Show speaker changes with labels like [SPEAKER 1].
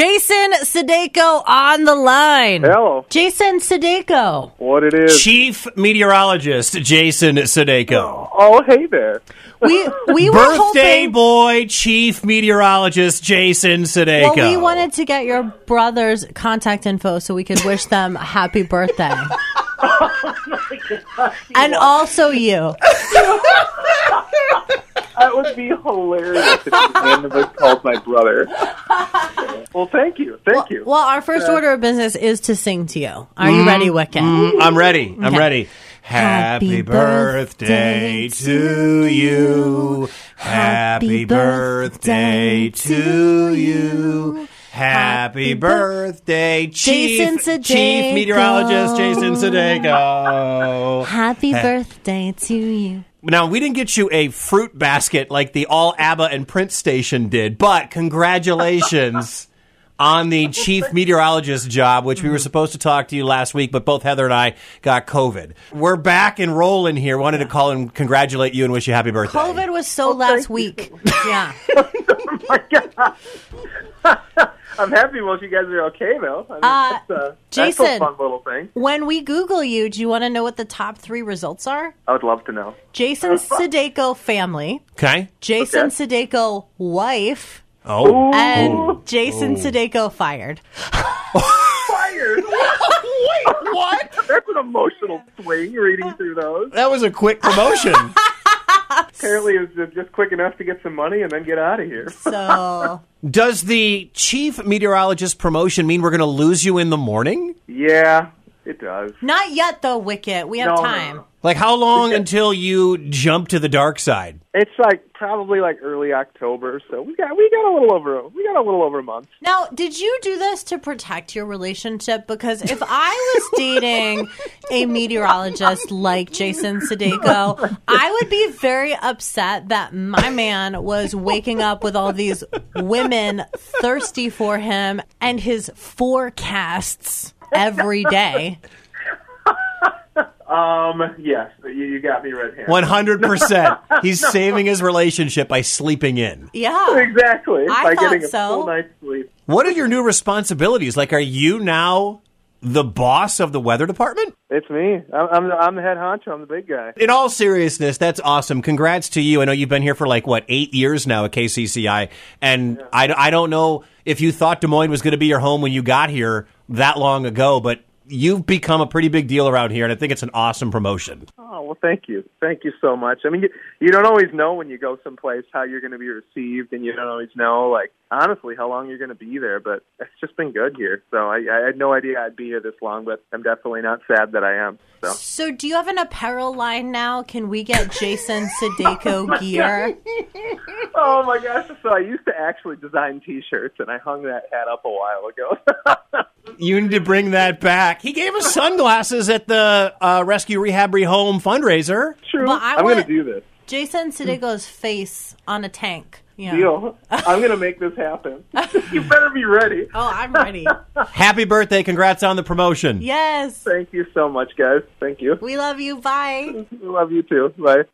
[SPEAKER 1] Jason Sudeiko on the line.
[SPEAKER 2] Hello.
[SPEAKER 1] Jason Sudeiko.
[SPEAKER 2] What it is?
[SPEAKER 3] Chief meteorologist Jason Sudeiko.
[SPEAKER 2] oh, hey there.
[SPEAKER 1] We we were
[SPEAKER 3] Birthday
[SPEAKER 1] hoping
[SPEAKER 3] boy, chief meteorologist Jason
[SPEAKER 1] well,
[SPEAKER 3] Sudeiko.
[SPEAKER 1] we wanted to get your brother's contact info so we could wish them a happy birthday.
[SPEAKER 2] Oh
[SPEAKER 1] and also you.
[SPEAKER 2] That would be hilarious if you randomly called my brother. Well, thank you, thank you. Uh,
[SPEAKER 1] Well, our first order of business is to sing to you. Are
[SPEAKER 3] Mm,
[SPEAKER 1] you ready, Wicked?
[SPEAKER 3] I'm ready. I'm
[SPEAKER 1] Okay.
[SPEAKER 3] ready. Happy
[SPEAKER 1] Happy
[SPEAKER 3] birthday
[SPEAKER 1] birthday
[SPEAKER 3] to
[SPEAKER 1] to
[SPEAKER 3] you.
[SPEAKER 1] you.
[SPEAKER 3] Happy
[SPEAKER 1] Happy
[SPEAKER 3] birthday
[SPEAKER 1] birthday
[SPEAKER 3] to
[SPEAKER 1] to
[SPEAKER 3] you.
[SPEAKER 1] you.
[SPEAKER 3] Happy
[SPEAKER 1] Happy
[SPEAKER 3] birthday, Chief,
[SPEAKER 1] Jason
[SPEAKER 3] Chief
[SPEAKER 1] Sudeiko.
[SPEAKER 3] Meteorologist Jason Sudeiko.
[SPEAKER 1] Happy birthday to you.
[SPEAKER 3] Now, we didn't get you a fruit basket like the all ABBA and Prince station did, but congratulations on the chief meteorologist job, which we were supposed to talk to you last week, but both Heather and I got COVID. We're back and rolling here. Wanted to call and congratulate you and wish you happy birthday.
[SPEAKER 1] COVID was so
[SPEAKER 2] Oh,
[SPEAKER 1] last week. Yeah.
[SPEAKER 2] my God. I'm happy most you guys are okay though. I mean,
[SPEAKER 1] Uh,
[SPEAKER 2] that's, uh,
[SPEAKER 1] Jason.
[SPEAKER 2] that's a fun little thing.
[SPEAKER 1] When we Google you, do you want to know what the top three results are?
[SPEAKER 2] I would love to know.
[SPEAKER 1] Jason
[SPEAKER 2] Uh-huh.
[SPEAKER 1] Sudeiko family,
[SPEAKER 3] Okay.
[SPEAKER 1] Jason
[SPEAKER 2] Okay.
[SPEAKER 1] Sudeiko wife,
[SPEAKER 3] Oh.
[SPEAKER 1] and
[SPEAKER 3] Oh.
[SPEAKER 1] Jason Sudeiko fired.
[SPEAKER 2] Fired.
[SPEAKER 3] Wait, what?
[SPEAKER 2] that's an emotional swing reading through those.
[SPEAKER 3] That was a quick promotion.
[SPEAKER 2] Apparently, it was just quick enough to get some money and then get out of here.
[SPEAKER 1] So
[SPEAKER 3] Does the chief meteorologist promotion mean we're going to lose you in the morning?
[SPEAKER 2] Yeah, it does.
[SPEAKER 1] not yet though, Wicket. We have
[SPEAKER 2] No, no,
[SPEAKER 1] time.
[SPEAKER 2] no.
[SPEAKER 3] Like, how long until you jump to the dark side?
[SPEAKER 2] It's like probably like early October, so we got we got a little over we got a little over a month.
[SPEAKER 1] Now, did you do this to protect your relationship? Because if I was dating a meteorologist like Jason Sudeiko, I would be very upset that my man was waking up with all these women thirsty for him and his forecasts every day.
[SPEAKER 2] Um, yes, you, you got me red handed.
[SPEAKER 3] One hundred percent. He's saving his relationship by sleeping in.
[SPEAKER 1] Yeah.
[SPEAKER 2] Exactly.
[SPEAKER 1] I
[SPEAKER 2] by
[SPEAKER 1] thought
[SPEAKER 2] getting a
[SPEAKER 1] so.
[SPEAKER 2] full night's sleep.
[SPEAKER 3] What are your new responsibilities? Like, are you now the boss of the weather department?
[SPEAKER 2] It's me. I'm I'm the, I'm the head honcho. I'm the big guy.
[SPEAKER 3] In all seriousness, that's awesome. Congrats to you. I know you've been here for like what eight years now at KCCI, and I, I don't know if you thought Des Moines was going to be your home when you got here that long ago, but you've become a pretty big deal around here, and I think it's an awesome promotion.
[SPEAKER 2] Oh well, thank you, thank you so much. I mean, you, you don't always know when you go someplace how you're going to be received, and you don't always know, like honestly, how long you're going to be there. But it's just been good here, so I, I had no idea I'd be here this long, but I'm definitely not sad that I am. So
[SPEAKER 1] So, do you have an apparel line now? Can we get Jason Sudeiko gear?
[SPEAKER 2] Oh my gosh! So I used to actually design T-shirts, and I hung that hat up a while ago.
[SPEAKER 3] You need to bring that back. He gave us sunglasses at the uh, Rescue Rehab Rehome fundraiser.
[SPEAKER 2] True.
[SPEAKER 1] But I
[SPEAKER 2] I'm
[SPEAKER 1] want-
[SPEAKER 2] gonna do this.
[SPEAKER 1] Jason Sudeiko's face on a tank. Yeah.
[SPEAKER 2] Deal. I'm gonna make this happen. you better be ready.
[SPEAKER 1] Oh, I'm ready.
[SPEAKER 3] Happy birthday. Congrats on the promotion.
[SPEAKER 1] yes.
[SPEAKER 2] Thank you so much, guys. Thank you.
[SPEAKER 1] We love you. Bye.
[SPEAKER 2] Love you too. Bye.